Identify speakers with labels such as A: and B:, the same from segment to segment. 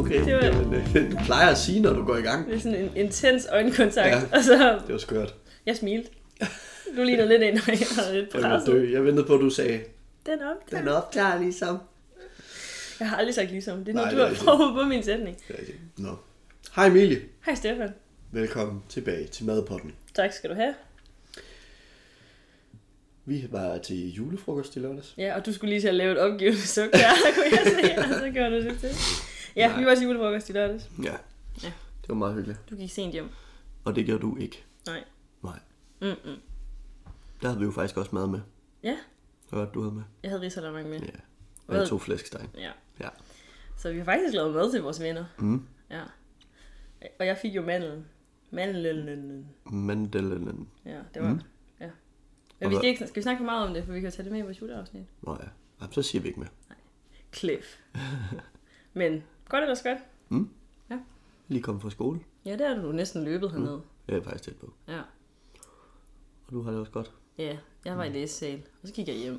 A: Okay,
B: Det var-
A: Jamen, øh, du plejer at sige, når du går i gang.
B: Det er sådan en intens øjenkontakt,
A: Ja.
B: ja. og så
A: Det var skørt.
B: Jeg smilte. Du ligner lidt ind, og jeg er lidt
A: Jeg ville
B: presset.
A: dø. Jeg ventede på, at du sagde,
B: Den er optaget.
A: den optager ligesom.
B: Jeg har aldrig sagt ligesom. Det er nu,
A: Nej,
B: du
A: det er
B: har
A: rigtigt.
B: prøvet på min sætning.
A: Det er rigtigt. Nå. Hej Emilie.
B: Hej Stefan.
A: Velkommen tilbage til Madpotten.
B: Tak skal du have.
A: Vi var til julefrokost i lørdags.
B: Ja, og du skulle lige til at lave et opgivende suk der, kunne jeg se, og så gjorde du det til. Ja,
A: Nej.
B: vi var til julefrokost i lørdags.
A: Ja.
B: Ja.
A: Det var meget hyggeligt.
B: Du gik sent hjem.
A: Og det gjorde du ikke.
B: Nej.
A: Nej.
B: Mm-mm.
A: Der havde vi jo faktisk også mad med.
B: Ja,
A: Hvad var det, du havde med?
B: jeg havde risalamang med.
A: Ja.
B: Hvad?
A: Og to flæskesteg.
B: Ja.
A: Ja.
B: Så vi har faktisk lavet mad til vores venner.
A: Mm.
B: Ja. Og jeg fik jo mandlen. Mandlen.
A: Mandelen.
B: Ja, det var mm. Ja. Men vi skal, ikke, skal vi snakke for meget om det, for vi kan jo tage det med i vores juleafsnit.
A: Nå ja. Jamen, så siger vi ikke mere.
B: Cliff. Men godt ellers godt.
A: Lige kommet fra skole.
B: Ja, der er du næsten løbet hernede.
A: Jeg er faktisk tæt på.
B: Ja.
A: Og du har det også godt.
B: ja, jeg
A: Mm.
B: var i læsesal, og så gik jeg hjem.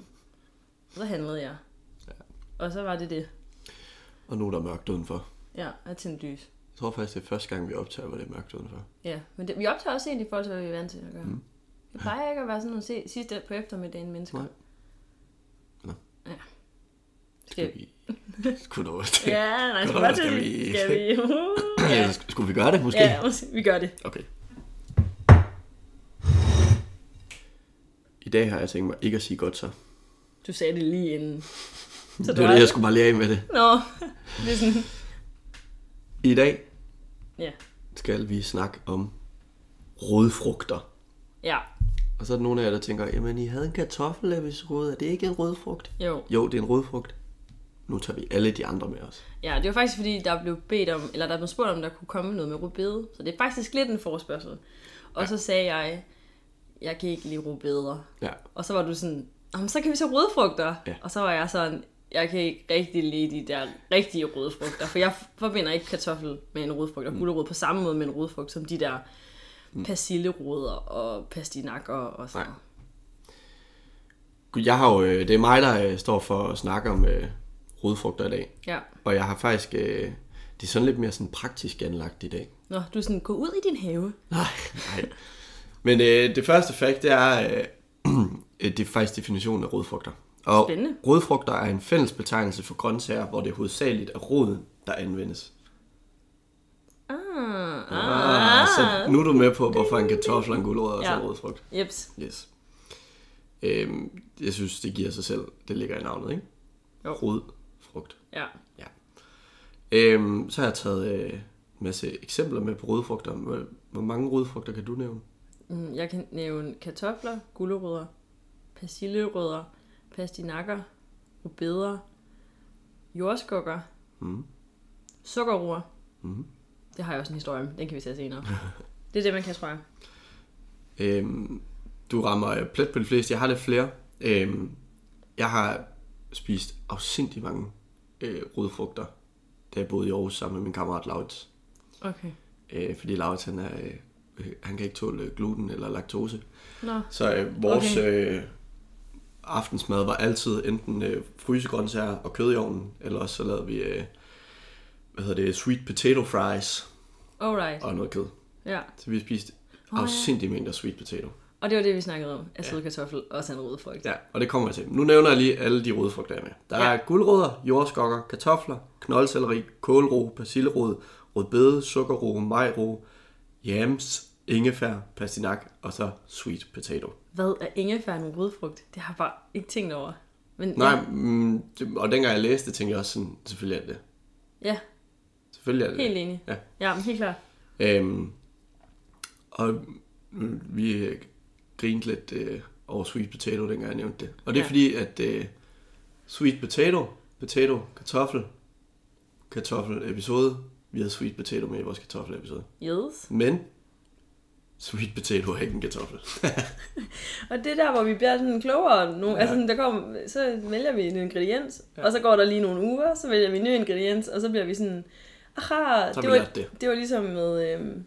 B: Og så handlede jeg.
A: Ja.
B: Og så var det det.
A: Og nu er der mørkt udenfor.
B: Ja, at tænde lys.
A: Jeg tror faktisk, det er første gang, vi optager, hvor det er mørkt udenfor.
B: Ja, men det, vi optager også sent i forhold til, hvad vi er vant til at gøre. Mm. Vi plejer ikke at være sådan nogle se, sidste på eftermiddagen mennesker.
A: Nej. Nå.
B: Ja.
A: Skal
B: Skal vi?
A: vi... Skulle du også det?
B: Ja, nej, skal vi
A: Godt,
B: bare
A: skal
B: til
A: vi-
B: det? Skal vi?
A: ja.
B: ja.
A: sk- Skulle vi gøre det, måske?
B: ja, måske. vi gør det.
A: Okay. I dag har jeg tænkt mig ikke at sige godt så.
B: Du sagde det lige inden. Så
A: Det var det, jeg skulle bare lære af med det.
B: Nå, det er sådan...
A: I dag
B: Ja.
A: skal vi snakke om rødfrugter.
B: Ja,
A: Og så er der nogle af jer, der tænker, jamen I havde en kartoffelepisode, er det ikke en rødfrugt?
B: jo.
A: Jo, det er en rødfrugt. Nu tager vi alle de andre med os.
B: Ja, det var faktisk fordi, der blev bedt om, eller der blev spurgt om, der kunne komme noget med rubede. Så det er faktisk lidt en forespørgsel. Og ja. så sagde jeg, jeg kan ikke lide rubeder.
A: Ja,
B: Og så var du sådan, Jamen, så kan vi så rødfrugter.
A: Ja.
B: Og så var jeg sådan, jeg kan ikke rigtig lide de der rigtige rødfrugter, for jeg forbinder ikke kartoffel med en rødfrugt
A: Mm.
B: og gulerod på samme måde med en rødfrugt, som de der persilleroder og pastinakker og
A: Nej.
B: sådan noget.
A: Gud, Jeg har jo, øh, det er mig, der øh, står for at snakke om øh, rodfrugter i dag.
B: Ja.
A: Og jeg har faktisk, øh, det er sådan lidt mere sådan praktisk anlagt i dag.
B: Nå, du er sådan, gå ud i din have.
A: Nej. Nej. Men øh, det første fakt, det er, øh, øh, det er faktisk definitionen af rodfrugter. Og
B: Spændende.
A: rodfrugter er en fælles betegnelse for grøntsager, hvor det hovedsageligt er roden, der anvendes.
B: Ah, ah.
A: Ah, så nu er du med på, hvorfor en kartoffel og en gulerod også ja. er
B: Ja.
A: rodfrugt.
B: Jeps.
A: Yes. Øhm, jeg synes, det giver sig selv. Det ligger i navnet, ikke?
B: Jo.
A: Rodfrugt.
B: Ja.
A: Ja. Øhm, så har jeg taget øh, en masse eksempler med på rødfrugter. Hvor, hvor mange rødfrugter kan du nævne?
B: Mm, Jeg kan nævne kartofler, gulerødder, persillerødder, pastinakker, rubeder, jordskokker, mm. sukkerroer. Mm. Det har jeg også en historie om. Den kan vi tage senere. det er det, man kan, tror jeg.
A: Øhm, du rammer øh, plet på de fleste. Jeg har lidt flere. Øhm, jeg har spist afsindig mange øh, rødfrugter, da jeg boede i Aarhus sammen med min kammerat Lauts.
B: Okay.
A: Øh, fordi Lauts, han, er, øh, øh, han kan ikke tåle gluten eller laktose.
B: Nå.
A: Så øh, vores okay. øh, aftensmad var altid enten øh, frysegrøntsager og kød i ovnen, eller også så lavede vi, øh, hvad hedder det, sweet potato fries
B: Alright.
A: og noget kød.
B: Ja.
A: Så vi spiste
B: ja.
A: afsindig mængder sweet potato.
B: Og det var det, vi snakkede om. Af søde kartoffel og sådan rød frugt.
A: Ja, og det kommer jeg til. Nu nævner jeg lige alle de rodfrugter, jeg er med. Der ja. er guldrødder, jordskokker, kartofler, knoldselleri, kålro, persillerod, rødbede, sukkerro, majro, jams, ingefær, pastinak og så sweet potato.
B: Hvad er ingefær en rødfrugt? Det har jeg bare ikke tænkt over. Men
A: Nej, mm, det- og dengang jeg læste, tænkte jeg også sådan, selvfølgelig er det det.
B: Ja,
A: Selvfølgelig er det
B: ja helt
A: det.
B: enig.
A: Ja.
B: ja men helt klart.
A: Øhm, og mm, vi øh, grinte lidt øh, over sweet potato, dengang jeg nævnte det. Og det er ja.
B: Ja.
A: fordi, at øh, sweet potato, potato, kartoffel, kartoffel episode, vi havde sweet potato med i vores kartoffel episode.
B: Yes.
A: Men sweet potato er ikke en kartoffel.
B: Og det er der, hvor vi bliver sådan klogere. Nu, ja. altså, sådan, der kommer, så vælger vi en ingrediens, ja. og så går der lige nogle uger, så vælger vi en ny ingrediens, og så bliver vi sådan, aha,
A: Så har
B: det
A: vi
B: var,
A: lært det.
B: det var ligesom med øhm,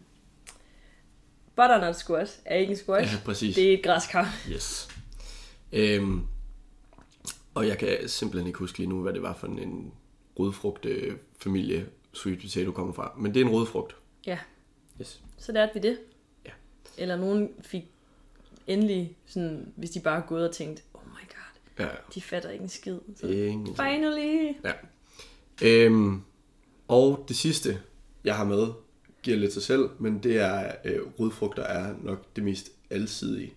B: butternut squash er ikke en
A: Ja,
B: squash,
A: præcis.
B: det er et græskar.
A: Yes. Øhm, og jeg kan simpelthen ikke huske lige nu, hvad det var for en rødfrugt øh, familie sweet potato kommer fra. Men det er en rødfrugt.
B: Ja,
A: Yes.
B: så lærte vi det.
A: Ja.
B: Eller nogen fik endelig, sådan, hvis de bare er gået og tænkt, oh my god,
A: Ja,
B: de fatter ikke en skid. Så,
A: ingen.
B: Finally!
A: Ja. Øhm, og det sidste, jeg har med, giver lidt sig selv, men det er, øh, rødfrugter er nok det mest alsidige,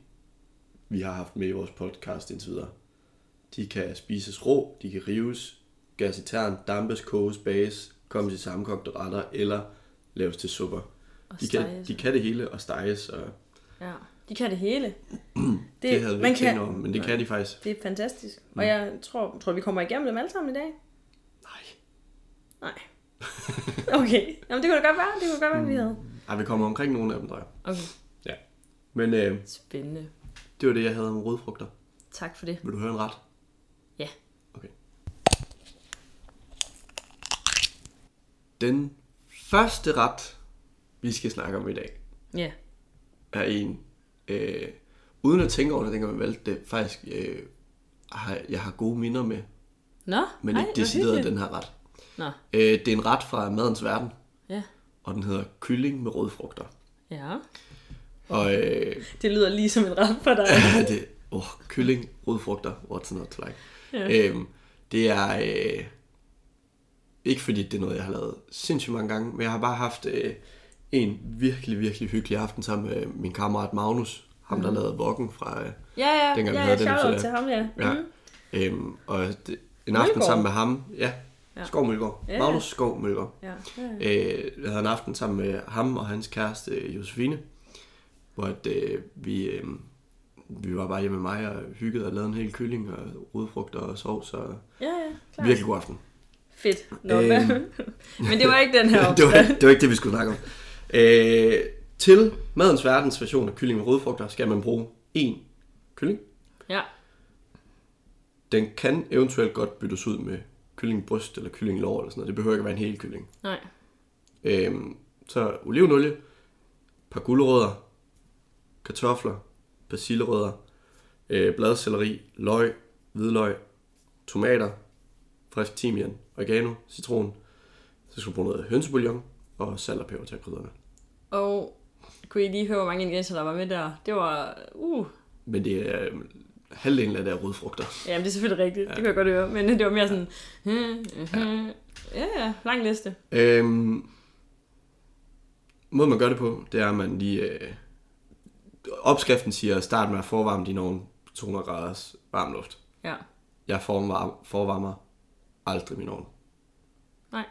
A: vi har haft med i vores podcast indtil videre. De kan spises rå, de kan rives, gas i tern, dampes, koges, bages, kommes i sammenkogte retter eller laves til supper.
B: Og
A: De kan,
B: steges.
A: de kan det hele og steges, og
B: Ja, de kan det hele.
A: det, det havde vi
B: man
A: ikke tænkt
B: kan,
A: over, men det kan de faktisk.
B: det er fantastisk. Og jeg tror, tror, vi kommer igennem dem alle sammen i dag.
A: Nej.
B: Nej. Okay. Jamen, det kunne da godt være. Det kunne godt være, vi havde.
A: Ej, vi kommer omkring nogle af dem, tror jeg.
B: Mm. Okay.
A: Ja. Men øh,
B: Spændende.
A: det var det, jeg havde om rødfrugter.
B: Tak for det.
A: Vil du høre en ret?
B: Ja.
A: Okay. Den første ret, vi skal snakke om i dag,
B: Ja.
A: er en, øh, uden at tænke over det, dengang vi valgte det, faktisk øh, har, jeg har gode minder med,
B: Nå,
A: men
B: ej,
A: Ej,
B: hvor
A: ikke decideret
B: hyggeligt.
A: den her ret.
B: Nå,
A: Øh, det er en ret fra madens verden,
B: ja.
A: og den hedder kylling med rødfrugter.
B: Ja.
A: Og øh,
B: Det lyder lige som en ret for dig.
A: Ja, det, oh, kylling, rødfrugter, what's not to like. Ja. Øhm, det er øh, ikke fordi det er noget, jeg har lavet sindssygt mange gange, men jeg har bare haft øh, en virkelig, virkelig hyggelig aften sammen med min kammerat Magnus, ham
B: Mhm.
A: der lavede vokken fra... Øh,
B: Ja, ja.
A: Dengang vi
B: ja,
A: havde den
B: shout out
A: episode.
B: til ham, ja.
A: ja,
B: Mhm.
A: øhm, og det, en
B: Mølgaard.
A: aften sammen med ham, ja,
B: Ja.
A: ja. Skov Mølgaard,
B: Ja.
A: ja. Magnus Skov Mølgaard.
B: Ja, ja. ja.
A: Øh, jeg havde en aften sammen med ham og hans kæreste øh, Josefine, hvor at, øh, vi, øh, vi var bare hjemme med mig og hyggede og lavede en hel kylling og rodfrugter og sovs og
B: Ja, ja,
A: Klar.
B: klart.
A: virkelig god aften.
B: Fedt. Nå,
A: Øhm.
B: hvad? Men det var ikke den her
A: det, var, det var ikke det, vi skulle snakke om. Øh, til madens verdens version af kylling med rodfrugter skal man bruge en kylling.
B: Ja,
A: Den kan eventuelt godt byttes ud med kyllingbryst eller kyllinglår eller sådan noget. Det behøver ikke at være en hel kylling.
B: nej.
A: Øhm, så olivenolie, et par gulerødder, kartofler, persillerødder, øh, bladcelleri, løg, hvidløg, tomater, frisk timian, oregano, citron. Så skal du bruge noget hønsebouillon og salt og peber til at krydre med.
B: Og kunne I lige høre, hvor mange ingredienser, der var med der? Det var, uh,
A: Men det er øh, halvdelen af det er rødfrugter.
B: Jamen, det er selvfølgelig rigtigt. Ja. Det kan jeg godt høre. Men det var mere sådan... hmm, hmm. Ja, ja. Lang liste.
A: Øhm, måden man gør det på, det er, at man lige... Øh, opskriften siger, start med at forvarme din ovn 200 graders varm luft.
B: Ja.
A: Jeg forvarmer, forvarmer aldrig min ovn.
B: Nej.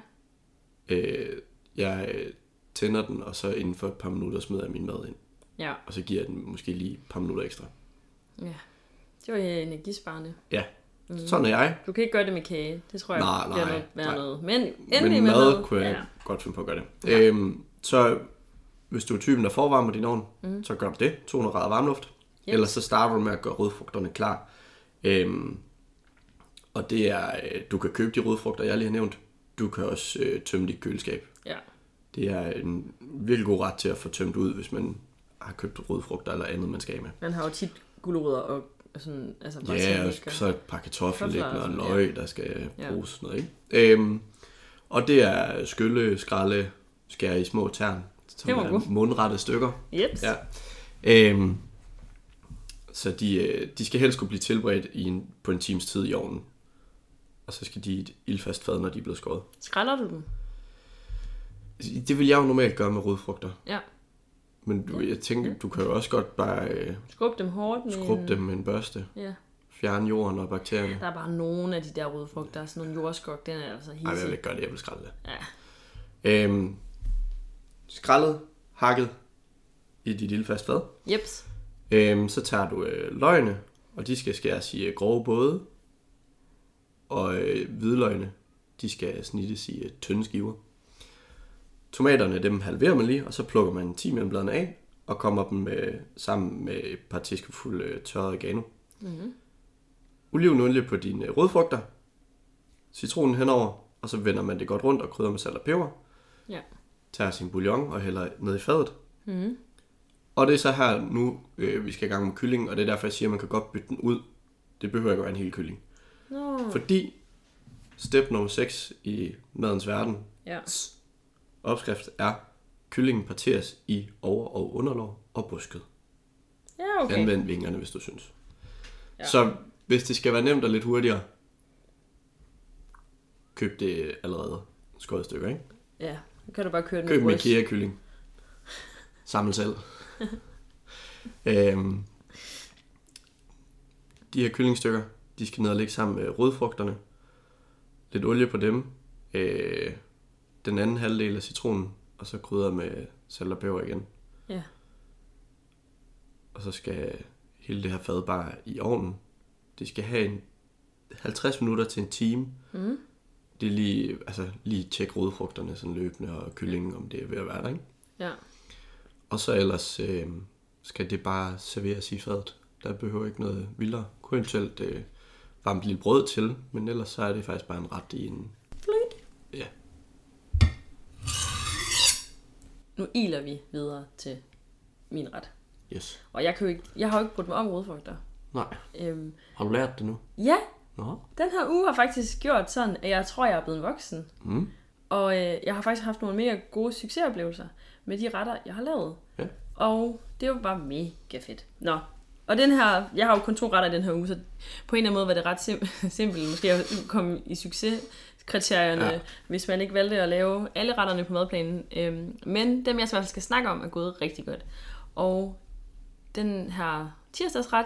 A: Øh, jeg øh, tænder den, og så inden for et par minutter smider jeg min mad ind.
B: Ja.
A: Og så giver jeg den måske lige et par minutter ekstra.
B: Ja. Det var øh, energisparende.
A: Ja, mm. sådan er jeg.
B: Du kan ikke gøre det med kage. Det tror jeg
A: Nej,
B: bliver
A: nej,
B: noget, være
A: nej.
B: noget. Men
A: Men
B: endelig
A: mad,
B: med
A: mad
B: noget.
A: kunne jeg
B: Ja.
A: ja. godt finde på at gøre det. Ja. Øhm, så hvis du er typen, der forvarmer din ovn, mm. så gør du det. 200 grader varmluft. Yes. Ellers så starter du med at gøre rødfrugterne klar. Øhm, og det er, øh, du kan købe de rødfrugter, jeg lige har nævnt. Du kan også øh, tømme dit køleskab.
B: ja.
A: Det er en virkelig god ret til at få tømt ud, hvis man har købt rødfrugter eller andet, man skal af med.
B: Man har jo tit gulerødder og og sådan... Altså, bare
A: Ja, og
B: tænker.
A: så et par kartofler
B: Kartofler
A: liggende og
B: og
A: løg, der skal
B: Ja.
A: bruges sådan noget, ikke? Øhm, og det er skylle, skralde, skære i små tern, som
B: Det var
A: er
B: godt.
A: mundrette stykker.
B: Jeps.
A: Ja. Øhm, så de, øh, de skal helst kunne blive tilberedt i en, på en times tid i ovnen. Og så skal de i et ildfast fad, når de er blevet skåret.
B: Skræller du dem?
A: Det vil jeg jo normalt gøre med rødfrugter.
B: Ja.
A: Men du, jeg tænker, du kan jo også godt bare... Øh,
B: Skub dem hårdt med...
A: Skrub
B: en-
A: dem med en børste.
B: Ja.
A: Fjern jorden og bakterierne.
B: Der er bare nogle af de der røde frugter. Der er sådan nogle jordskok. Den er altså
A: Nej, jeg vil
B: hissig.
A: ikke gøre det. Jeg vil skralde det.
B: Ja.
A: Øhm, skrællet, hakket i dit lille fast fad.
B: Jeps.
A: Øhm, så tager du øh, løgene, og de skal skæres i øh, grove både. Og øh, hvidløgene, de skal snittes i øh, tynde skiver. Tomaterne, dem halverer man lige, og så plukker man timianbladene af, og kommer dem øh, sammen med et par teskefulde øh, tørret oregano. Mm-hmm. Olivenolie på dine øh, rødfrugter, citronen henover, og så vender man det godt rundt og krydder med salt og peber
B: Ja.
A: tager sin bouillon og hælder ned i fadet.
B: Mhm.
A: Og det er så her nu, øh, vi skal i gang med kyllingen, Mm. og det er derfor, jeg siger, at man kan godt bytte den ud. Det behøver ikke at være en hel kylling.
B: Nå.
A: Fordi Step nummer 6 i madens verden.
B: Ja.
A: Opskrift er, kyllingen parteres i over- og underlov og brystet.
B: Ja,
A: Okay.
B: okay.
A: Anvend vingerne, hvis du synes.
B: Ja.
A: Ja. Så hvis det skal være nemt og lidt hurtigere, køb det allerede skåret i stykker, ikke?
B: Ja, nu kan du bare køre den
A: Køb en
B: bryst.
A: IKEA-kylling. Samle selv. øhm, de her kyllingstykker, de skal ned og ligge sammen med rødfrugterne. Lidt olie på dem. Øh, den anden halvdel af citronen. Og så krydder med salt og peber igen.
B: Ja.
A: Og så skal hele det her fad bare i ovnen. Det skal have en 50 minutter til en time. Mm. Det er lige, altså lige tjek rødfrugterne sådan løbende og kyllingen, om det er ved at være der, ikke?
B: Ja.
A: Og så ellers øh, skal det bare serveres i fadet. Der behøver ikke noget vildere. Kun eventuelt øh, varmt lille brød til, men ellers så er det faktisk bare en ret i en... Ja,
B: Nu iler vi videre til min ret.
A: yes.
B: Og jeg, kan jo ikke, jeg har jo ikke brugt mig om rodfrugter.
A: Nej,
B: Øhm,
A: har du lært det nu?
B: ja,
A: Nå.
B: den her uge har faktisk gjort sådan, at jeg tror, jeg er blevet voksen.
A: Mm.
B: Og øh, jeg har faktisk haft nogle mega gode succesoplevelser med de retter, jeg har lavet.
A: Ja.
B: Og det var bare mega fedt. Nå, og den her, jeg har jo kun to retter i den her uge, så på en eller anden måde var det ret sim- simpelt måske at komme i succeskriterierne, ja.
A: Ja.
B: hvis man ikke valgte at lave alle retterne på madplanen. Øhm, men dem, jeg i hvert fald skal snakke om, er gået rigtig godt. Og den her tirsdagsret,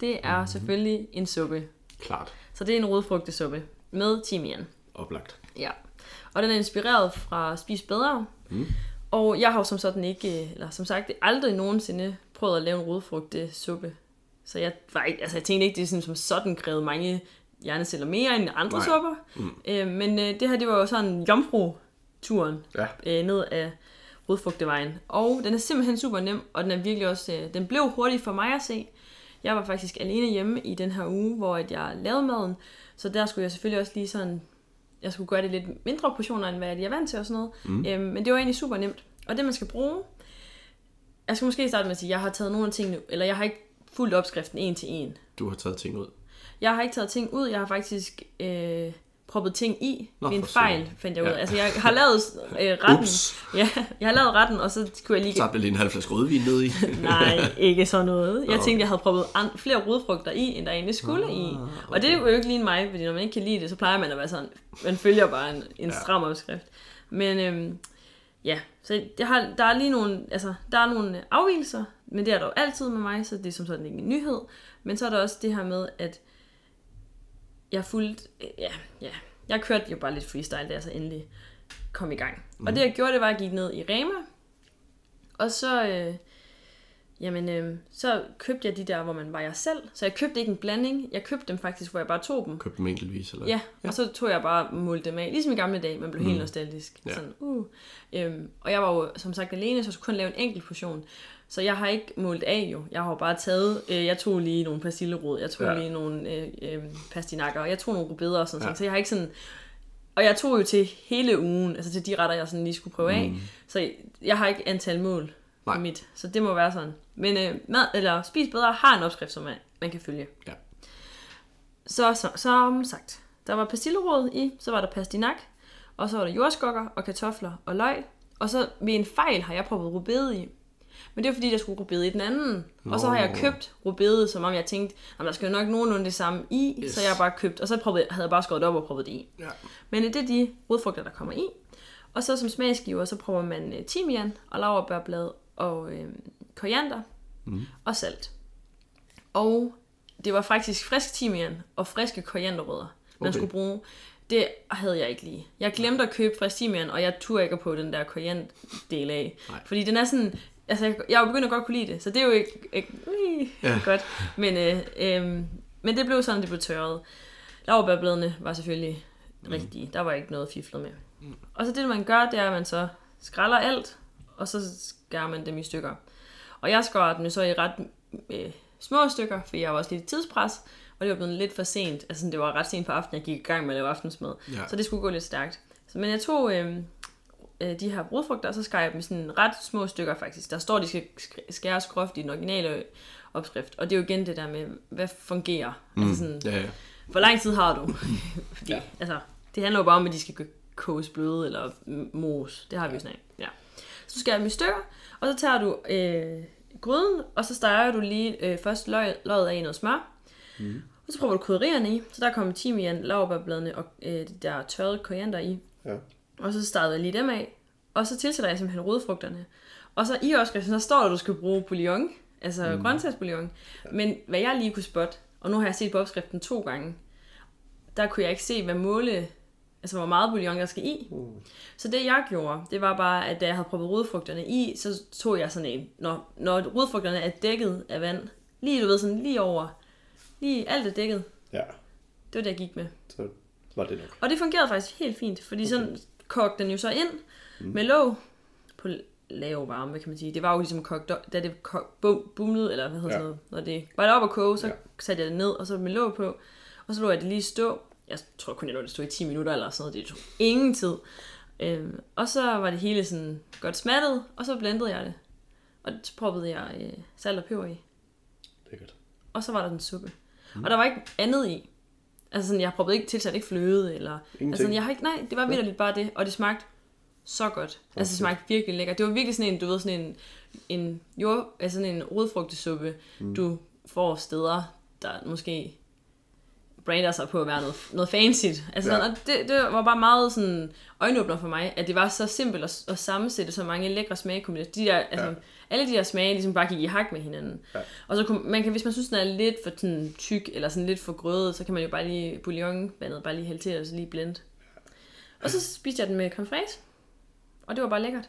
B: det er mm-hmm. selvfølgelig en suppe.
A: Klart.
B: Så det er en rodfrugtesuppe med timian.
A: Oplagt.
B: Ja, og den er inspireret fra Spis Bedre. Mm. Og jeg har jo som sådan ikke, eller som sagt, aldrig nogensinde prøvet at lave en rodfrugtesuppe. Så jeg, var ikke, altså jeg tænkte ikke, det er sådan, som sådan krævede mange hjerneceller mere end andre Nej.
A: Nej.
B: supper. Mm. Øh, men øh, det her, det var jo sådan jomfru-turen
A: Ja.
B: øh, ned af rodfrugtevejen. Og den er simpelthen super nem, og den er virkelig også, øh, den blev hurtig for mig at se. Jeg var faktisk alene hjemme i den her uge, hvor at jeg lavede maden, så der skulle jeg selvfølgelig også lige sådan, jeg skulle gøre det i lidt mindre portioner, end hvad jeg lige er vant til og sådan noget. Mm. Øhm, men det var egentlig super nemt. Og det, man skal bruge, jeg skal måske starte med at sige, jeg har taget nogle af tingene, eller jeg har ikke fulgt opskriften en til en.
A: Du har taget ting ud.
B: Jeg har ikke taget ting ud, jeg har faktisk øh, proppet ting i. Nå,
A: Nå,
B: en
A: for søren.
B: fejl, fandt jeg ud af.
A: Ja.
B: Altså, jeg har lavet øh, retten.
A: Ups.
B: Ja, jeg har lavet retten, og så kunne jeg lige...
A: Så er der lige en halv flaske rødvin ned i.
B: Nej, ikke sådan noget. Jeg
A: Nå. Ah,
B: tænkte, jeg havde proppet an- flere rodfrugter i, end der egentlig skulle i. Og det er jo ikke lige mig, fordi når man ikke kan lide det, så plejer man at være sådan, man følger bare en, en
A: Ja.
B: stram opskrift. Men øhm, ja, så jeg har, der er lige nogle, altså, der er nogle afvielser, men det er der jo altid med mig, så det er som sådan ikke en nyhed. Men så er der også det her med, at jeg fulgte, ja, ja, jeg kørte jo bare lidt freestyle, da jeg så endelig kom i gang. Mm. Og det jeg gjorde, det var, at jeg gik ned i Rema, og så, øh, jamen, øh, så købte jeg de der, hvor man var jeg selv. Så jeg købte ikke en blanding, jeg købte dem faktisk, hvor jeg bare tog dem.
A: Køb dem enkeltvis, eller?
B: Ja, og så tog jeg bare og målte dem af, ligesom i gamle dage, man blev helt nostalgisk. Ja.
A: Ja.
B: Sådan, uh. øhm, og jeg var jo som sagt alene, så jeg skulle kun lave en enkelt portion. Så jeg har ikke målt af jo. Jeg har jo bare taget, øh, jeg tog lige nogle persillerod, jeg tog ja.
A: Ja.
B: lige nogle øh, øh, pastinakker, og jeg tog nogle rubeder og sådan ja.
A: Ja.
B: Så jeg har ikke sådan... Og jeg tog jo til hele ugen, altså til de retter, jeg sådan lige skulle prøve af. Så jeg har ikke antal mål
A: Nej.
B: på mit, så det må være sådan. Men øh, mad, eller spis bedre har en opskrift, som man, man kan følge.
A: Ja.
B: Så, så som sagt, der var persilleråd i, så var der pastinak, og så var der jordskokker og kartofler og løg. Og så ved en fejl har jeg proppet rubede i. Men det var fordi, der skulle rubede i den anden. Og så har jeg
A: Nå.
B: købt rubede, som om jeg tænkte, at der skal jo nok nogenlunde det samme i. Yes.
A: Yes.
B: Så jeg har bare købt, og så proppede, havde jeg bare skåret det op og proppet det i.
A: ja.
B: Men øh, det er de rodfrugter, der kommer i. Og så som smagsgiver, så prøver man øh, timian og lauerbærblad og øh, koriander mm. og salt. Og det var faktisk frisk timian og friske korianderrødder, man okay.
A: Okay.
B: skulle bruge. Det havde jeg ikke lige. Jeg glemte at købe frisk timian, og jeg turde ikke på den der korianderdel af.
A: Nej.
B: Fordi den er sådan... Altså, jeg, jeg er jo begyndt at godt kunne lide det, så det er jo ikke... ikke ui, ja.
A: Ja.
B: godt. Men, øh, øh, men det blev sådan, det blev tørret. Lauerbærbladene var selvfølgelig rigtige. Der var ikke noget fiflet med. Og så det, man gør, det er, at man så skræller alt, og så skærer man dem i stykker. Og jeg skar dem jo så i ret øh, små stykker, for jeg var også lidt i tidspres, og det var blevet lidt for sent. Altså, sådan, det var ret sent på aftenen, jeg gik i gang med at lave aftensmad.
A: Ja.
B: Så det skulle gå lidt stærkt. Så, men jeg tog øh, øh, de her brudfrugter, og så skar jeg dem i sådan ret små stykker faktisk. Der står, de skal sk- skæres groft i den originale opskrift. Og det er jo igen det der med, hvad fungerer? Mm. Altså sådan,
A: Ja, ja.
B: hvor lang tid har du? Fordi, ja. altså, Det handler jo bare om, at de skal k- koges bløde eller m- mos. Det har vi jo snakket om. Ja. Så du skærer dem i stykker, og så tager du øh, gryden, og så steger du lige øh, først løg, løget af i noget smør. Mm. Og så prøver du krydderierne i. Så der kommer timian, laurbærbladene og øh, det der tørrede koriander i.
A: Ja.
B: Og så startede jeg lige dem af. Og så tilsætter jeg simpelthen rodfrugterne. Og så i opskriften, der står der, at du skal bruge bouillon. Altså mm. grøntsagsbouillon. Men hvad jeg lige kunne spotte, og nu har jeg set på opskriften to gange, der kunne jeg ikke se, hvad måle, altså hvor meget bouillon der skal i. Mm. Så det jeg gjorde, det var bare, at da jeg havde proppet rodfrugterne i, så tog jeg sådan en, når, når rodfrugterne er dækket af vand, lige du ved, sådan lige over, lige alt er dækket.
A: ja,
B: Det var det, jeg gik med.
A: så var det nok.
B: Og det fungerede faktisk helt fint, fordi okay. sådan kogte den jo så ind mm. med låg på lav varme, hvad kan man sige. Det var jo ligesom kogt, op- da det kog, bum, bumlede, eller hvad
A: Ja.
B: hedder ja. sådan noget, når det var det op at koge, så
A: Ja.
B: ja. satte jeg det ned, og så med låg på, og så lå jeg det lige stå. Jeg tror kun, jeg lå det stå i 10 minutter eller sådan noget, det tog ingen tid. Øhm, og så var det hele sådan godt smattet, og så blendede jeg det. Og så proppede jeg øh, salt og peber i.
A: Lækkert.
B: Og så var der den suppe. Mm. Og der var ikke andet i. Altså sådan, jeg proppede ikke tilsat ikke fløde, eller...
A: Ingenting.
B: Altså sådan, jeg har ikke... Nej, det var vitterligt bare det. Og det smagte så godt. Altså det smagte virkelig lækkert. Det var virkelig sådan en, du ved, sådan en, en jord, altså sådan en rodfrugtesuppe, mm. du får steder, der måske brander sig på at være noget, noget fancy. Altså,
A: Ja.
B: ja. det, det, var bare meget sådan øjenåbner for mig, at det var så simpelt at, at sammensætte så mange lækre smagekombinationer. De der, altså,
A: Ja.
B: ja. Alle de der smage ligesom bare gik i hak med hinanden.
A: Ja.
B: Og så kunne, man kan, hvis man synes, den er lidt for sådan, tyk, eller sådan lidt for grødet, så kan man jo bare lige bouillonvandet bare lige hælde til, og så lige blende. Og så spiste jeg den med creme fraise, og det var bare lækkert.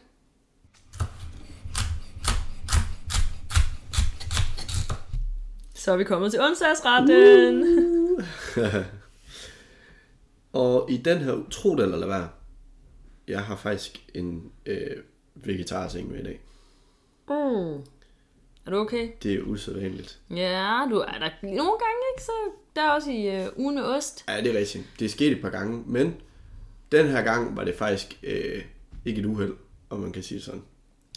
B: Så er vi kommet til onsdagsretten.
A: Og i den her, tro det eller lad være, jeg har faktisk en øh, vegetarseng med i dag.
B: Mm. Er du okay?
A: Det er usædvanligt.
B: Ja, du er der nogle gange, ikke? Så der er også i øh, ugen med ost.
A: Ja, det er rigtigt. Det er sket et par gange, men den her gang var det faktisk øh, ikke et uheld, om man kan sige det sådan.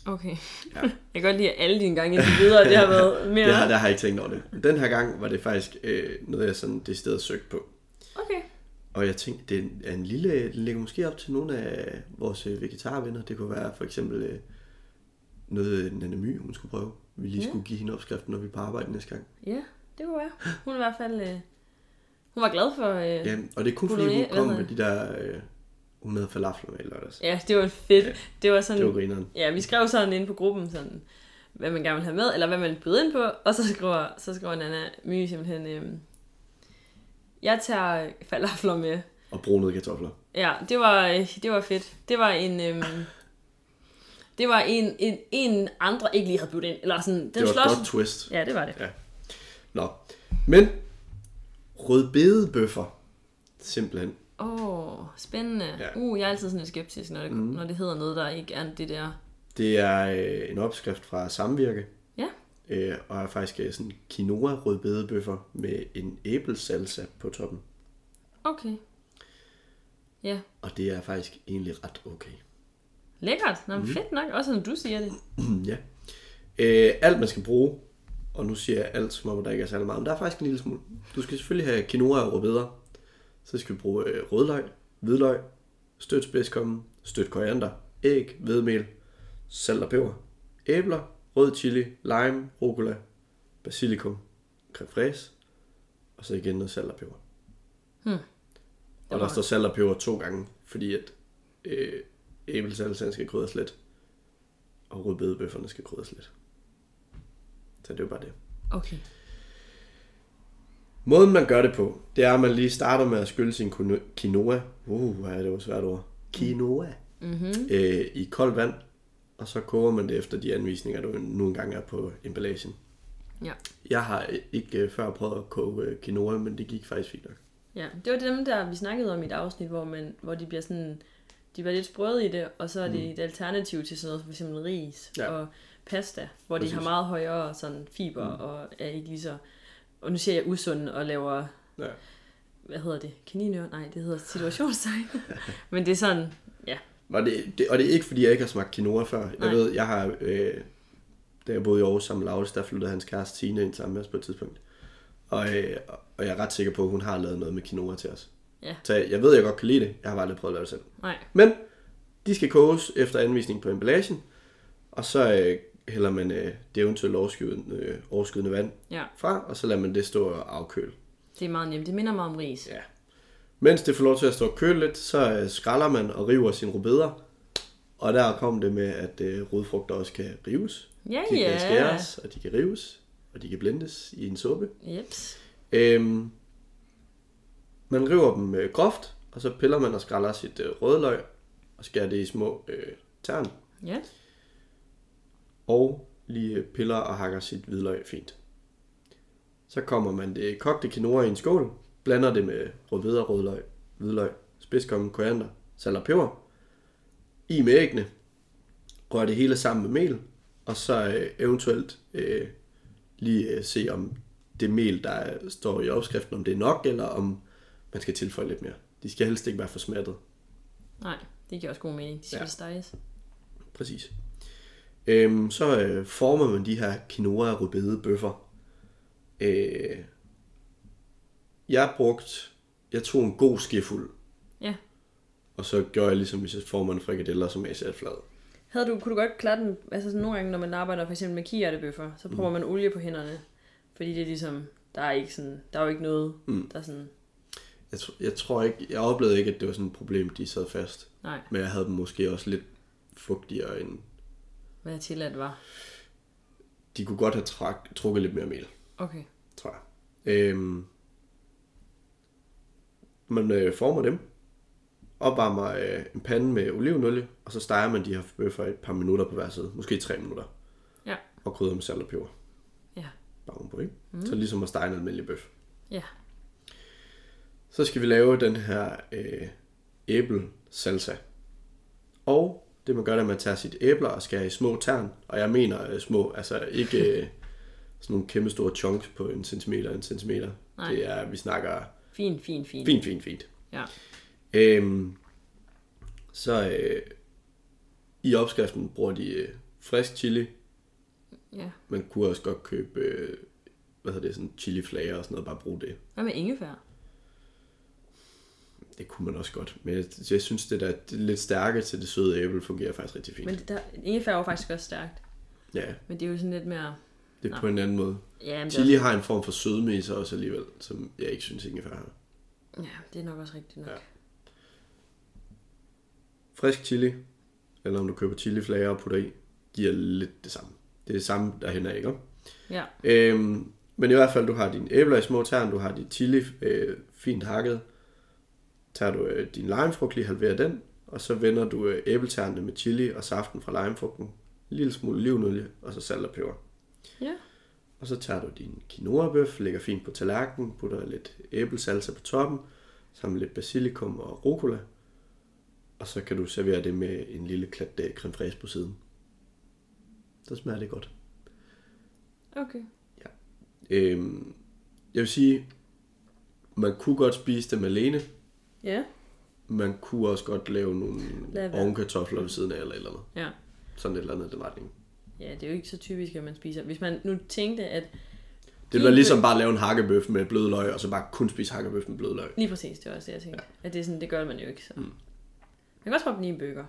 B: Okay. Ja. jeg kan godt lide, at alle dine gange indtil videre, det har været mere...
A: Det har, der har jeg ikke tænkt over det. Den her gang var det faktisk øh, noget, jeg sådan det sted søgte på.
B: Okay.
A: Og jeg tænkte, det er en lille, den ligger måske op til nogle af vores øh, vegetarvenner. Det kunne være for eksempel øh, noget øh, Nana My, hun skulle prøve. Vi lige skulle give hende opskriften, når vi er på arbejde næste gang.
B: Ja, det kunne være. Hun er i hvert fald... Øh, hun var glad for... Øh, ja.
A: Ja, og det er kun fordi,
B: Bolognese,
A: hun kom
B: hvad
A: med de der øh, 100 falafler med i lørdags.
B: ja, det var fedt. Ja. Det var sådan...
A: Det var grineren.
B: Ja, vi skrev sådan inde på gruppen, sådan, hvad man gerne vil have med, eller hvad man vil byde ind på, og så skriver, så skriver Nana My simpelthen, øhm, jeg tager falafler med.
A: Og brunede kartofler.
B: Ja, det var, øh, det var fedt. Det var en... Øhm, det var en, en, en andre ikke lige havde budt ind. Eller sådan, den
A: Det var et
B: slås...
A: godt twist.
B: Ja, det var det.
A: Ja. Nå. Men rødbedebøffer. Simpelthen.
B: Åh, oh, spændende.
A: Ja.
B: Ja. Uh, jeg er altid sådan lidt skeptisk, når det, mm. når det hedder noget, der ikke er det der...
A: Det er øh, en opskrift fra Samvirke.
B: Ja,
A: Øh, og er faktisk øh, sådan quinoa rødbedebøffer med en æblesalsa på toppen.
B: okay. Ja,
A: Og det er faktisk egentlig ret okay.
B: lækkert. Nå, mm.
A: Mhm.
B: fedt nok. Også når du siger det.
A: ja. Øh, alt man skal bruge, og nu siger jeg alt, som om der ikke er særlig meget, men der er faktisk en lille smule. Du skal selvfølgelig have quinoa og rødbeder. Så skal du bruge øh, rødløg, hvidløg, stødt spidskommen, stødt koriander, æg, hvedemel, salt og peber, æbler, rød chili, lime, rucola, basilikum, creme fraise, og så igen noget salt og peber. Og der står salt og peber to gange, fordi at øh, æblesalsaen skal krydres lidt, og rødbedebøfferne skal krydres lidt. Så det er jo bare det.
B: Okay.
A: Måden man gør det på, det er, at man lige starter med at skylle sin kuno- quinoa, uh, hvor er det var svært ord, quinoa, mm-hmm. øh, i koldt vand, og så koger man det efter de anvisninger, der nu engang er på emballagen.
B: Ja.
A: Jeg har ikke øh, før prøvet at koge øh, quinoa, men det gik faktisk fint nok.
B: Ja, det var dem, der vi snakkede om i et afsnit, hvor, man, hvor de bliver sådan, de bliver lidt sprøde i det, og så er det et alternativ til sådan noget som for eksempel ris
A: Mhm. Ja.
B: ja. og pasta, hvor Præcis.
A: Præcis.
B: de
A: Mhm.
B: har meget højere sådan fiber mm. og er ikke lige så, og nu siger jeg usunde og laver,
A: Ja.
B: hvad hedder det, kaninører? Nej, det hedder situationstegn. Men det er sådan, ja,
A: Og det, det, og det er ikke, fordi jeg ikke har smagt quinoa før. Jeg
B: Nej.
A: ved, jeg har... Øh, da jeg boede i Aarhus sammen med Laus, der flyttede hans kæreste Tine ind sammen med os på et tidspunkt. Og, øh, og jeg er ret sikker på, at hun har lavet noget med quinoa til os.
B: Ja.
A: Så jeg ved, jeg godt kan lide det. Jeg har bare aldrig prøvet at lave det selv.
B: Nej,
A: Men de skal koges efter anvisning på emballagen, og så øh, hælder man øh, det eventuelt overskydende, øh, overskydende vand
B: ja.
A: fra, og så lader man det stå og afkøle.
B: Det er meget nemt. Det minder mig om ris.
A: Ja. Mens det får lov til at stå og køle lidt, så øh, skræller man og river sine rubeder. Og der kom det med, at øh, rodfrugter også kan rives.
B: Ja,
A: De kan
B: ja.
A: skæres, og de kan rives, og de kan blendes i en suppe.
B: Jeps.
A: Øhm, man river dem øh, groft, og så piller man og skræller sit øh, rødløg, og skærer det i små øh, tern.
B: Ja.
A: og lige piller og hakker sit hvidløg fint. Så kommer man det kogte quinoa i en skål, blander det med rødbeder, rødløg, hvidløg, spidskommen, koriander, salt og peber. I med æggene. Rør det hele sammen med mel, og så øh, eventuelt øh, lige øh, se om det mel, der er- står i opskriften, om det er nok, eller om man skal tilføje lidt mere. De skal helst ikke være for smattet.
B: Nej, det giver også god mening. De skal
A: Ja.
B: ja. steges.
A: Præcis. Øhm, så øh, former man de her quinoa og rødbede bøffer. Øh, jeg brugte, jeg tog en god skefuld,
B: Ja.
A: og så gjorde jeg ligesom, hvis jeg former en frikadeller, som jeg satte flad.
B: Havde du, kunne du godt klare den, altså sådan nogle gange, når man arbejder for eksempel med kiartebøffer, så prøver mm. man olie på hænderne, fordi det er ligesom, der er ikke sådan, der er jo ikke noget, mm. der er sådan,
A: Jeg, tr- jeg tror ikke, jeg oplevede ikke, at det var sådan et problem, de sad fast.
B: nej,
A: Men jeg havde dem måske også lidt fugtigere end...
B: hvad jeg tilladt var.
A: De kunne godt have trak, trukket lidt mere mel.
B: Okay,
A: tror jeg. Øhm, man øh, former dem, opvarmer øh, en pande med olivenolie, og så steger man de her bøffer et par minutter på hver side, måske tre minutter,
B: ja,
A: og krydder med salt og peber.
B: ja,
A: Bare ovenpå, ikke? Mm. Så ligesom at stege en almindelig bøf.
B: ja,
A: Så skal vi lave den her øh, æblesalsa. Og det man gør, det er, at man tager sit æbler og skærer i små tern. Og jeg mener øh, små, altså ikke øh, sådan nogle kæmpe store chunks på en centimeter en centimeter.
B: Nej.
A: Det er, vi snakker
B: fint, fint, fint.
A: fint, fint, fint.
B: Ja,
A: Øhm, så øh, i opskriften bruger de øh, frisk chili.
B: ja.
A: Man kunne også godt købe, øh, hvad hedder det, sådan chiliflager og sådan noget, bare bruge det.
B: Hvad med ingefær?
A: Det kunne man også godt. Men jeg, jeg synes, det der det lidt stærke til det søde æble fungerer faktisk rigtig fint.
B: Men
A: Men...
B: det der, ingefær er jo faktisk også stærkt,
A: Ja,
B: men det er jo sådan lidt mere,
A: det er
B: Nå.
A: på en anden måde.
B: ja, men det er,
A: Chili har en form for sødme i sig også alligevel, som jeg ikke synes ingefær har.
B: også, ja, det er nok også rigtigt nok.
A: Ja. Frisk chili, eller om du køber chiliflager og putter i, giver lidt det samme. Det er det samme, der hænder ikke om.
B: ja.
A: Øhm, men i hvert fald, du har dine æbler i små tern, du har dit chili øh, fint hakket. Tager du øh, din limefrugt, lige halverer den, og så vender du øh, æbleternene med chili og saften fra limefrugten. En lille smule olivenolie, og så salt og peber.
B: ja.
A: Og så tager du din quinoa-bøf, lægger fint på tallerkenen, putter lidt æblesalsa på toppen, sammen med lidt basilikum og rucola. Og så kan du servere det med en lille klat øh, creme fraiche på siden. Så smager det godt.
B: Okay.
A: Øhm, jeg vil sige, man kunne godt spise dem alene.
B: Ja.
A: Man kunne også godt lave nogle
B: Lad være.
A: ovenkartofler ved siden af, eller et eller andet.
B: Ja.
A: Sådan et eller andet i den retning.
B: Ja, det er jo ikke så typisk, at man spiser. Hvis man nu tænkte, at
A: Det
B: Lige
A: bliver ligesom bare at lave en hakkebøf med blødløg, og så bare kun spise hakkebøf med blødløg.
B: Lige præcis, det var også det, jeg tænkte. Ja. At det, er sådan, det gør man jo ikke. Så. Mm. Man kan også proppe den i en burger.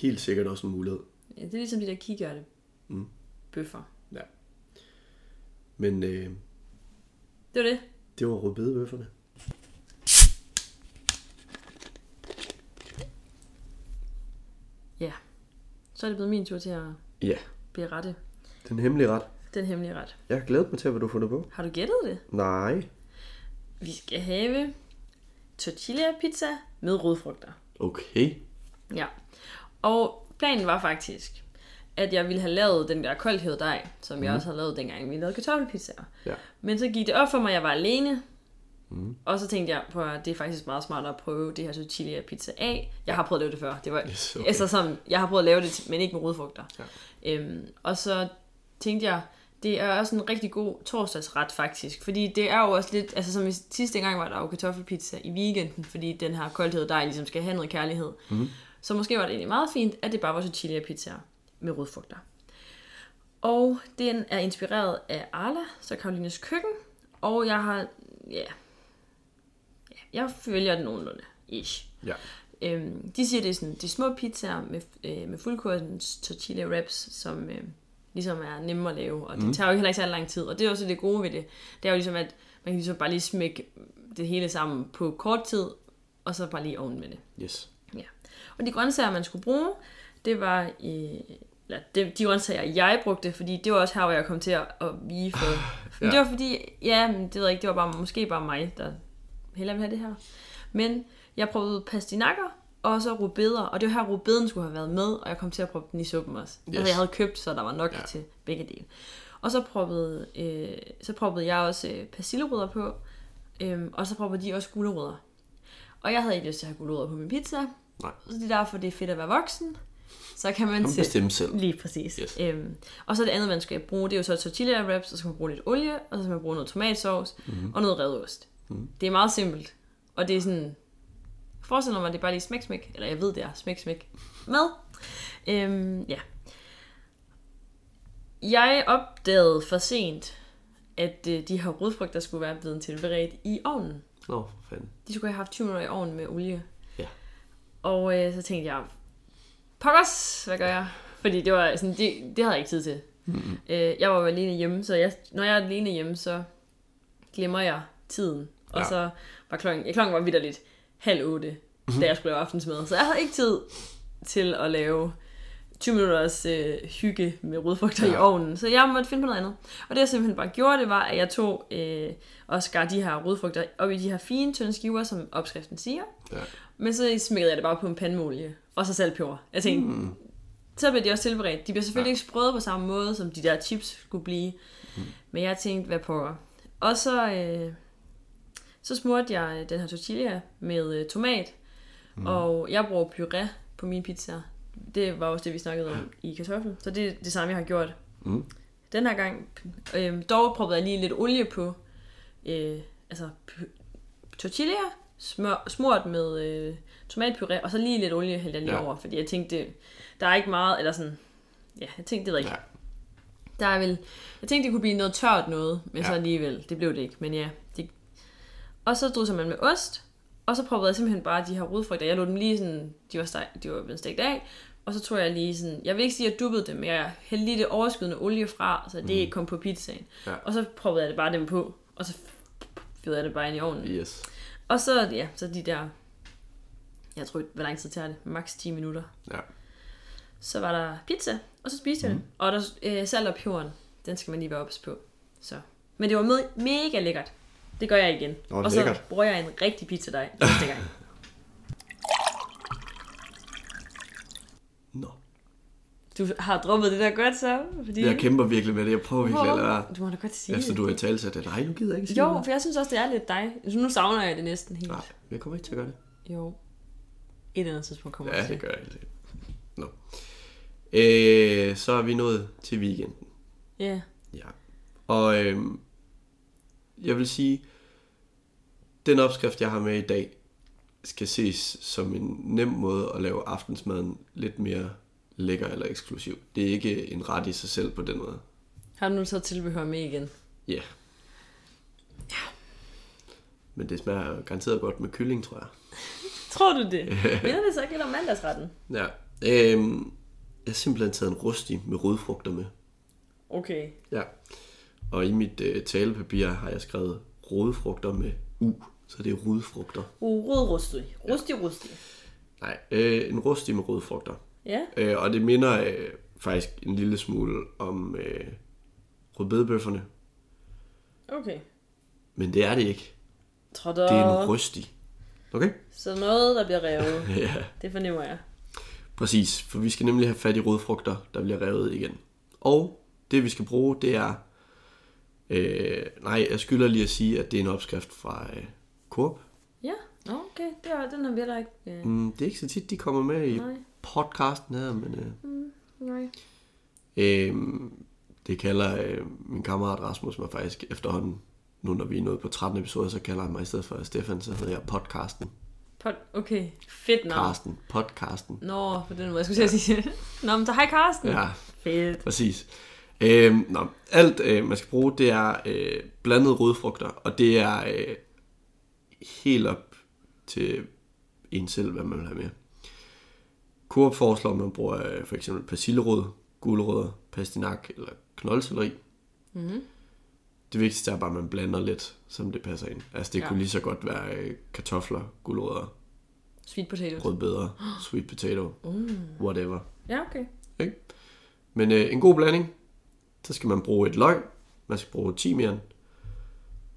A: Helt sikkert også en mulighed.
B: Ja, det er ligesom de der kikærte
A: Mm.
B: bøffer.
A: Ja. Men øh,
B: Det var det.
A: det var rødbedebøfferne.
B: Ja. Så er det blevet min tur til at
A: Ja,
B: berette
A: den hemmelige ret.
B: den hemmelige ret.
A: Jeg har glædet mig til, hvad du har fundet på.
B: Har du gættet det?
A: Nej.
B: Vi skal have tortilla pizza med rødfrugter.
A: Okay.
B: Ja. Og planen var faktisk, at jeg ville have lavet den der koldhævet dej, som mm. jeg også havde lavet dengang, vi lavede kartoffelpizzaer.
A: Ja.
B: Men så gik det op for mig, at jeg var alene. Mm. Og så tænkte jeg på, at det er faktisk meget smart at prøve det her tortilla pizza af. Jeg har prøvet at lave det før. Det var,
A: Yes,
B: yes,
A: okay.
B: okay. altså, sådan, jeg har prøvet at lave det, men ikke med rødfrugter.
A: Ja.
B: Øhm, og så tænkte jeg, det er også en rigtig god torsdagsret faktisk, fordi det er jo også lidt, altså som i sidste gang var der jo kartoffelpizza i weekenden, fordi den her koldhed der ligesom skal have noget kærlighed. Mm. Så måske var det egentlig meget fint, at det bare var tortilla pizza med rødfrugter. Og den er inspireret af Arla, så Karolines køkken. Og jeg har, ja, ja jeg følger den nogenlunde. Ish.
A: Ja.
B: Øhm, de siger, det er sådan de små pizzaer med, øh, med fuldkorns tortilla wraps, som øh, ligesom er nemme at lave, og det mm. tager jo heller ikke særlig lang tid. Og det er også det gode ved det. Det er jo ligesom, at man kan ligesom bare lige smække det hele sammen på kort tid, og så bare lige i ovnen med det.
A: Yes.
B: Ja. Og de grøntsager, man skulle bruge, det var... Øh, eller de, de grøntsager, jeg brugte, fordi det var også her, hvor jeg kom til at, at vige for... Men
A: Ah, Ja.
B: det var fordi... Ja, men det ved jeg ikke. Det var bare, måske bare mig, der hellere ville have det her. Men jeg prøvede pastinakker, og så rubeder. Og det var her, rubeden skulle have været med, og jeg kom til at prøve den i suppen også. Yes.
A: Yes.
B: Altså, jeg havde købt, så der var nok
A: Ja.
B: ja. til begge dele. Og så proppede, øh, så proppede jeg også øh, persillerødder på, øhm, og så proppede de også gulerødder. Og jeg havde ikke lyst til at have gulerødder på min pizza,
A: Nej.
B: så det er derfor, det er fedt at være voksen. Så kan man
A: Man
B: selv-
A: bestemme selv.
B: Lige præcis.
A: Yes.
B: Øhm, og så det andet, man skal bruge, det er jo så tortilla wraps, og så skal man bruge lidt olie, og så skal man bruge noget tomatsovs mm-hmm. og noget redost. Mm-hmm. Det er meget simpelt. Og det er sådan, jeg forestiller mig, at det er bare lige smæk, smæk, eller jeg ved, det er smæk, smæk med. Øhm, ja. Jeg opdagede for sent, at øh, de her rødfrugter skulle være blevet tilberedt i ovnen.
A: Nå, for fanden.
B: De skulle have haft 20 minutter i ovnen med olie.
A: Ja.
B: Og øh, så tænkte jeg, pokkers, hvad gør jeg? Fordi det var sådan, det, det havde jeg ikke tid til. Mm-hmm. Øh, jeg var jo alene hjemme, så jeg, når jeg er alene hjemme, så glemmer jeg tiden. Og
A: Ja.
B: ja. så var klokken, ja, klokken var vidderligt halv otte, da jeg skulle lave aftensmad. Så jeg havde ikke tid til at lave 20 minutters øh, hygge med rødfrugter ja. i
A: Ja.
B: ovnen. Så jeg måtte finde på noget andet. Og det jeg simpelthen bare gjorde, det var, at jeg tog øh, og skar de her rødfrugter op i de her fine, tynde skiver, som opskriften siger.
A: Ja.
B: Men så smækkede jeg det bare på en pandemolie, og så saltpeber. Jeg tænkte, mm. så bliver de også tilberedt. De bliver selvfølgelig ja. ikke sprøde på samme måde, som de der chips skulle blive. Mm. Men jeg tænkte, hvad pokker. Og så, øh, så smurte jeg øh, den her tortilla med øh, tomat, mm. og jeg bruger puré på min pizza. Det var også det, vi snakkede om i kartoffel. Så det er det samme, jeg har gjort.
A: Mm.
B: Den her gang, øh, dog proppede jeg lige lidt olie på, øh, altså tortilla, smør, smurt med øh, tomatpuré, og så lige lidt olie hældte jeg lige
A: Ja.
B: ja. over, fordi jeg tænkte, det, der er ikke meget, eller sådan, ja, jeg tænkte, det ved jeg ikke.
A: Ja.
B: Der er vel, jeg tænkte, det kunne blive noget tørt noget, men ja. så
A: Ja.
B: alligevel, det blev det ikke, men ja. Det... Og så drysser man med ost, og så proppede jeg simpelthen bare de her rodfrugter, jeg lod dem lige sådan, de var, steg, de var blevet stegt af, og så tog jeg lige sådan, jeg vil ikke sige, at jeg dubbede dem, men jeg hældte lige det overskydende olie fra, så det mm. ikke kom på pizzaen.
A: Ja.
B: Og så proppede jeg det bare dem på, og så fyrede jeg det bare ind i ovnen.
A: Yes.
B: Og så, ja, så de der... Jeg tror, ikke, hvor lang tid tager det? Max 10 minutter.
A: Ja. Mhm.
B: Så var der pizza, og så spiste jeg mm. det. Og der øh, salt og peberen, den skal man lige være ops på. Så. Men det var med, mega lækkert. Det gør jeg igen.
A: Nå,
B: og så
A: lækkert.
B: bruger jeg en rigtig pizza dig næste gang.
A: Nå.
B: Du har drømmet det der godt så, fordi...
A: Jeg kæmper virkelig med det. Jeg prøver virkelig at lade være.
B: Hvor- Du må da godt sige
A: Efter
B: det.
A: du har talt det. Nej, nu gider jeg ikke sige
B: Jo,
A: noget.
B: for jeg synes også, det er lidt dig. Så nu savner jeg det næsten helt.
A: Nej, jeg kommer ikke til at gøre det.
B: Jo. Et eller andet tidspunkt kommer jeg
A: Ja,
B: til.
A: det gør jeg altid. Nå. Øh, så er vi nået til weekenden.
B: Ja.
A: Ja. Og øh, jeg vil sige, den opskrift, jeg har med i dag, skal ses som en nem måde at lave aftensmaden lidt mere lækker eller eksklusiv. Det er ikke en ret i sig selv på den måde.
B: Har du nu så tilbehør med igen?
A: Ja. Ja. Men det smager jo garanteret godt med kylling, tror jeg.
B: Tror du det? Minder det så ikke lidt om mandagsretten?
A: Ja. Øhm, jeg har simpelthen taget en rusti med rødfrugter med.
B: Okay.
A: Ja. Og i mit øh, talepapir har jeg skrevet rodfrugter med U, så det er rodfrugter.
B: Uh, rød rustig. Rustig, rustig.
A: Nej, øh, en rusti med rodfrugter.
B: Ja.
A: Øh, og det minder øh, faktisk en lille smule om øh, rødbedebøfferne,
B: Okay.
A: men det er det ikke.
B: Tror
A: Det er en
B: du,
A: rusti. Okay?
B: så noget, der bliver revet.
A: ja,
B: Det fornemmer jeg.
A: præcis. For vi skal nemlig have fat i rodfrugter, der bliver revet igen. Og det vi skal bruge, det er... Øh, nej, jeg skylder lige at sige, at det er en opskrift fra øh, Coop.
B: Ja, Nå, okay. Det er, den har vi heller ikke... Øh,
A: Mm, det er ikke så tit, de kommer med i
B: Nej. Mm,
A: podcasten her, men øh,
B: nej.
A: øh, det kalder øh, min kammerat Rasmus mig faktisk efterhånden. Nu når vi er nået på 13 episoder, så kalder han mig i stedet for Stefan, så hedder jeg podcasten.
B: Pod, okay, fedt navn.
A: Karsten. Podcasten.
B: Nå, på den måde, jeg skulle til at sige. Nå, men så hej Karsten.
A: Ja,
B: Fedt.
A: præcis. Øh, nå, alt øh, man skal bruge, det er øh, blandede rødfrugter, og det er øh, helt op til en selv, hvad man vil have med. Coop foreslår, at man bruger øh, for eksempel persillerod, gulerødder, pastinak eller knoldselleri.
B: Mm-hmm.
A: Det vigtigste er bare, at man blander lidt, som det passer ind. Altså det ja.
B: Ja.
A: kunne lige så godt være øh, kartofler, gulerødder,
B: Sweet potatoes.
A: rødbeder, sweet potato,
B: Mm.
A: whatever.
B: Ja, okay.
A: Ikke? Men øh, en god blanding, så skal man bruge et løg, man skal bruge timian,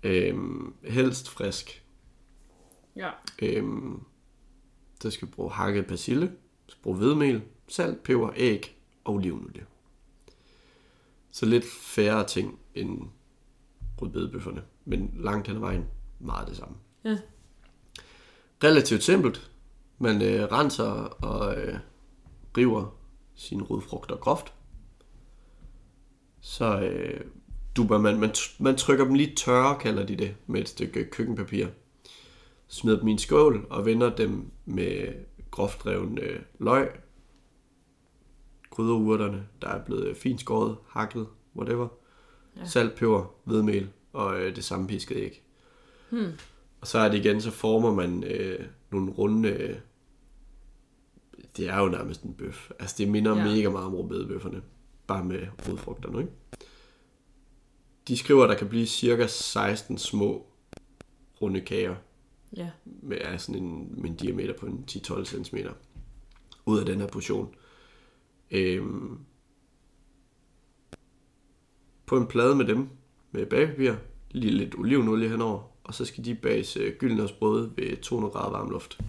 A: øh, helst frisk.
B: Ja.
A: Øh, der skal bruge hakket persille, så bruge hvedemel, salt, peber, æg og olivenolie. Så lidt færre ting end rødbedebøfferne, men langt hen ad vejen meget det samme.
B: Ja.
A: Relativt simpelt. Man øh, renser og øh, river sine rodfrugter groft. Så øh, duber man, man, t- man trykker dem lige tørre, kalder de det, med et stykke køkkenpapir. Smider dem i en skål og vender dem med groft revne øh, løg, krydderurterne, der er blevet øh, fint skåret, hakket, whatever. Ja. Salt, peber, hvedemel og øh, det samme piskede æg.
B: Hmm.
A: Og så er det igen, så former man øh, nogle runde... Øh, det er jo nærmest en bøf. Altså, det minder ja.
B: Ja.
A: mega meget om rødbedebøfferne. Bare med rødfrugterne, ikke? De skriver, at der kan blive cirka 16 små runde kager
B: Ja.
A: med, er sådan en, med en diameter på en 10-12 cm ud af den her portion. Øhm, på en plade med dem, med bagepapir, lige lidt olivenolie henover, og så skal de bages øh, gyldne og sprøde ved 200 grader varm luft.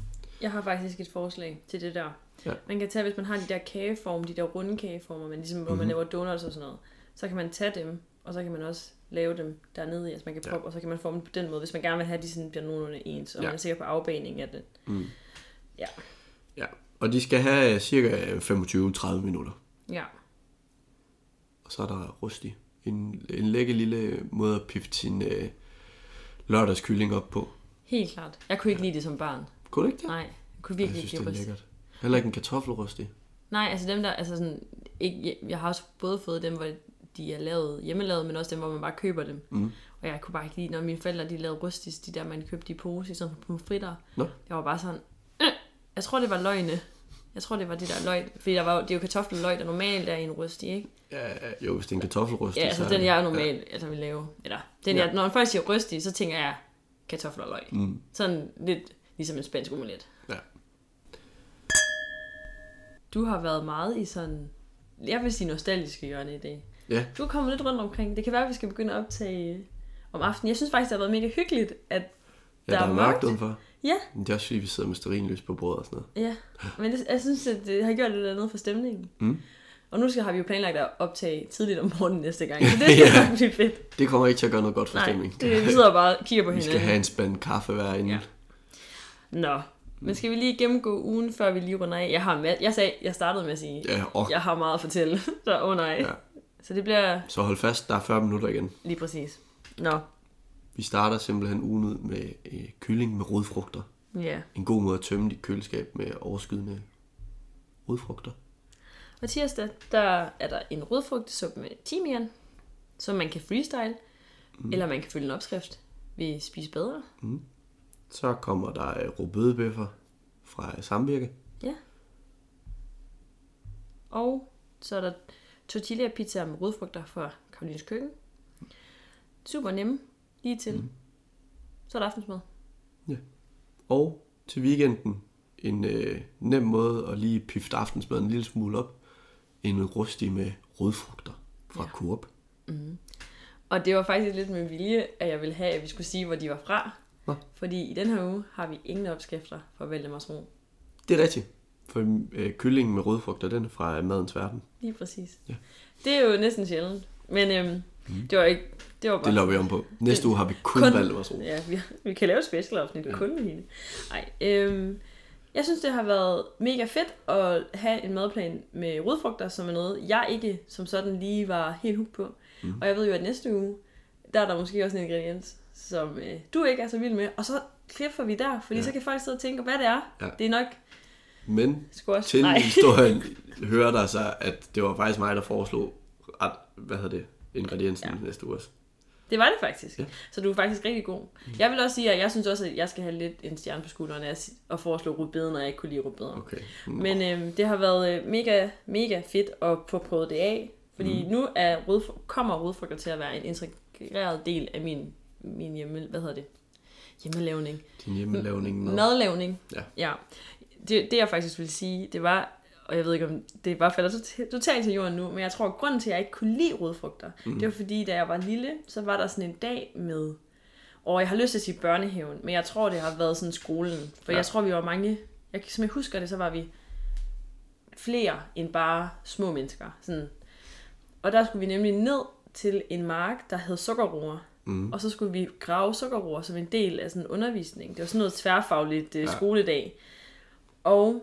B: Jeg har faktisk et forslag til det der.
A: Ja.
B: Man kan tage, hvis man har de der kageform, de der runde kageformer, men ligesom, hvor
A: Mhm.
B: mm-hmm. man laver donuts og sådan noget, så kan man tage dem, og så kan man også lave dem dernede i, altså man kan
A: Ja.
B: proppe, ja. og så kan man forme dem på den måde, hvis man gerne vil have, at de sådan bliver nogenlunde ens,
A: Ja.
B: og
A: Mm.
B: ja. man er sikker på afbaningen af det.
A: Ja. Og de skal have øh, cirka 25-30 minutter.
B: Ja.
A: Og så er der Rusty. En, en lækker lille måde at pifte sin øh, lørdagskylling op på.
B: Helt klart. Jeg kunne ikke lide det som barn.
A: Kunne du ikke det?
B: Nej, jeg kunne
A: jeg
B: virkelig
A: synes,
B: ikke
A: det er
B: lide det.
A: lækkert. Heller ikke en kartoffelrusty.
B: Nej, altså dem der, altså sådan, ikke, jeg har også både fået dem, hvor de er lavet hjemmelavet, men også dem, hvor man bare køber dem.
A: Mm.
B: Og jeg kunne bare ikke lide, når mine forældre de lavede rystis, de der, man købte i pose, i sådan på fritter.
A: Nå.
B: Jeg var bare sådan, øh, jeg tror, det var løgne. Jeg tror, det var det der løg, fordi der var, jo- det er jo kartoffelløg, der normalt er i en rysti, ikke?
A: Ja, ja, jo, hvis det er en kartoffelrust.
B: Ja, altså den, jeg normalt ja. altså, vil lave. Eller, den,
A: Ja.
B: ja. jeg, når man først siger rysti, så tænker jeg kartoffelløg.
A: Mm.
B: Sådan lidt ligesom en spansk omelet.
A: Ja.
B: Du har været meget i sådan, jeg vil sige nostalgiske hjørne i dag.
A: Ja,
B: Du er kommet lidt rundt omkring. Det kan være, at vi skal begynde at optage øh, om aftenen. Jeg synes faktisk, det har været mega hyggeligt, at
A: ja der, der er mørkt udenfor.
B: Ja,
A: Men det er også fordi, vi sidder med sterinlys på bordet og sådan noget.
B: ja. Men det, jeg synes, at det har gjort lidt andet for stemningen.
A: Mm.
B: Og nu skal, har vi jo planlagt at optage tidligt om morgenen næste gang, så det skal
A: Ja.
B: ja. nok blive fedt.
A: Det kommer ikke til at gøre noget godt for
B: Nej,
A: stemningen.
B: det, vi sidder og bare og kigger på
A: vi
B: hinanden.
A: skal have en spand kaffe hver inden. Ja.
B: Ja. Nå,
A: Mm.
B: men skal vi lige gennemgå ugen, før vi lige runder af? Jeg, har ma- jeg, sagde, jeg startede med at sige,
A: ja, og
B: jeg har meget at fortælle, så åh oh, nej.
A: Ja.
B: Ja. Så det bliver
A: så hold fast, der er 40 minutter igen.
B: lige præcis. Nå,
A: Vi starter simpelthen ugen ud med øh, kylling med rodfrugter.
B: ja.
A: En god måde at tømme dit køleskab med overskydende rodfrugter.
B: Og tirsdag, der er der en rødfrugtesuppe med timian, som man kan freestyle, mm. eller man kan følge en opskrift ved Spise Bedre.
A: Så kommer der øh, rødbødebøffer fra øh, Samvirke.
B: Ja. Og så er der tortilla pizza med rødfrugter fra Karolines Køkken. Super nemme, lige til. Mm. Så er der aftensmad.
A: Og til weekenden en øh, nem måde at lige pifte aftensmaden en lille smule op. En rustig med rødfrugter fra ja. Coop.
B: Og det var faktisk lidt med vilje, at jeg ville have, at vi skulle sige, hvor de var fra.
A: Nå.
B: Fordi i den her uge har vi ingen opskrifter fra Valdemars Ro.
A: Det er rigtigt. For øh, kyllingen med rødfrugter, den er fra øh, madens verden.
B: Lige præcis.
A: Ja.
B: Det er jo næsten sjældent. Men øhm, mm. det var ikke... Det var bare...
A: Det laver vi om på. Næste uge har vi kun, kun...
B: Kun-
A: valgt vores ro.
B: Ja, vi, vi kan lave et special afsnit ja. kun med hende. Nej, øhm, jeg synes, det har været mega fedt at have en madplan med rødfrugter, som er noget, jeg ikke som sådan lige var helt hooked på. Mm. Og jeg ved jo, at næste uge, der er der måske også en ingrediens, som øh, du ikke er så vild med. Og så klipper vi der, fordi
A: Ja.
B: ja. så kan folk sidde og tænke, hvad det er.
A: Ja.
B: Det er nok
A: Men
B: squash.
A: til historien hører der sig, at det var faktisk mig, der foreslog ret, hvad hedder det, ingrediensen ja. næste uge også.
B: Det var det faktisk.
A: Ja.
B: Ja. Så du er faktisk rigtig god. Mm. Jeg vil også sige, at jeg synes også, at jeg skal have lidt en stjerne på skulderen af at s- at foreslå rubeden, når jeg ikke kunne lide rubeden. Okay.
A: Okay.
B: Men øh, det har været øh, mega, mega fedt at få prøvet det af. Fordi mm. nu er rødfru, kommer rødfrugter til at være en integreret del af min, min hjemme, hvad hedder det? hjemmelavning.
A: Din hjemmelavning med.
B: Madlavning.
A: Ja.
B: ja. Det, det jeg faktisk ville sige, det var, og jeg ved ikke om det bare falder tot- totalt til jorden nu, men jeg tror, at grunden til, at jeg ikke kunne lide rodfrugter,
A: Mhm.
B: mm. det var fordi, da jeg var lille, så var der sådan en dag med, og jeg har lyst til at sige børnehaven, men jeg tror, det har været sådan skolen.
A: Ja.
B: For ja. jeg tror, vi var mange, jeg, kan- som jeg husker det, så var vi flere end bare små mennesker. Sådan. Og der skulle vi nemlig ned til en mark, der hed sukkerroer. Mm. Og så skulle vi grave sukkerroer som en del af sådan en undervisning. Det var sådan noget tværfagligt øh, skoledag. Og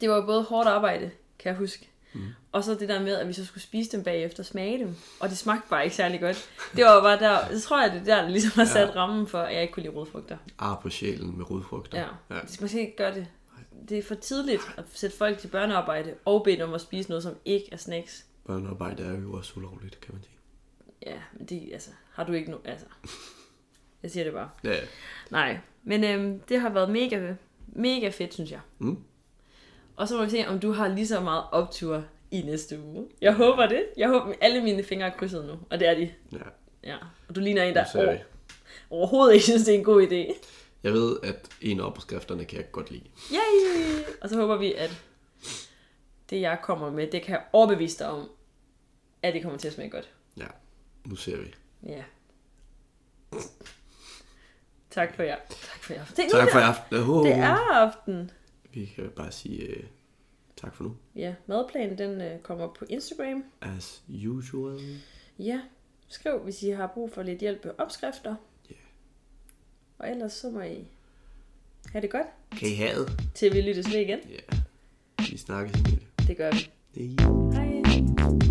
B: det var jo både hårdt arbejde, kan jeg huske. Mm. Og så det der med, at vi så skulle spise dem bagefter og smage dem. Og det smagte bare ikke særlig godt. Det var bare der, så tror jeg, det er der, der ligesom har sat rammen for, at jeg ikke kunne lide rodfrugter.
A: Ar på sjælen med rodfrugter.
B: Ja. ja. Det skal man slet ikke gøre det. Det er for tidligt at sætte folk til børnearbejde og bede dem om at spise noget, som ikke er snacks.
A: Børnearbejde er jo også ulovligt, kan man sige.
B: Ja, men det, altså, har du ikke nu, altså. Jeg siger det bare.
A: Ja,
B: Nej, men øhm, det har været mega, mega fedt, synes jeg.
A: Mm.
B: Og så må vi se, om du har lige så meget optur i næste uge. Jeg håber det. Jeg håber, alle mine fingre er krydset nu, og det er de.
A: ja.
B: Ja. Og du ligner en,
A: Nu
B: der
A: ser vi.
B: over, overhovedet ikke synes, det er en god idé.
A: Jeg ved, at en af opskrifterne kan jeg godt lide.
B: Yay! Og så håber vi, at det, jeg kommer med, det kan jeg overbevise dig om, at det kommer til at smage godt.
A: Ja, nu ser vi.
B: Ja. Tak for jer. Tak for jer. Se, nu
A: Tak
B: er
A: for i aften. Oh,
B: Det er aften.
A: Vi kan bare sige uh, tak for nu.
B: Ja, madplanen den øh, kommer på Instagram.
A: As usual.
B: Ja, skriv, hvis I har brug for lidt hjælp med opskrifter.
A: Ja.
B: Og ellers så må I have det godt,
A: Kan I have det?
B: til vi lyttes ved igen.
A: Ja. Vi snakkes med det.
B: Det gør vi.
A: Det er
B: Hej.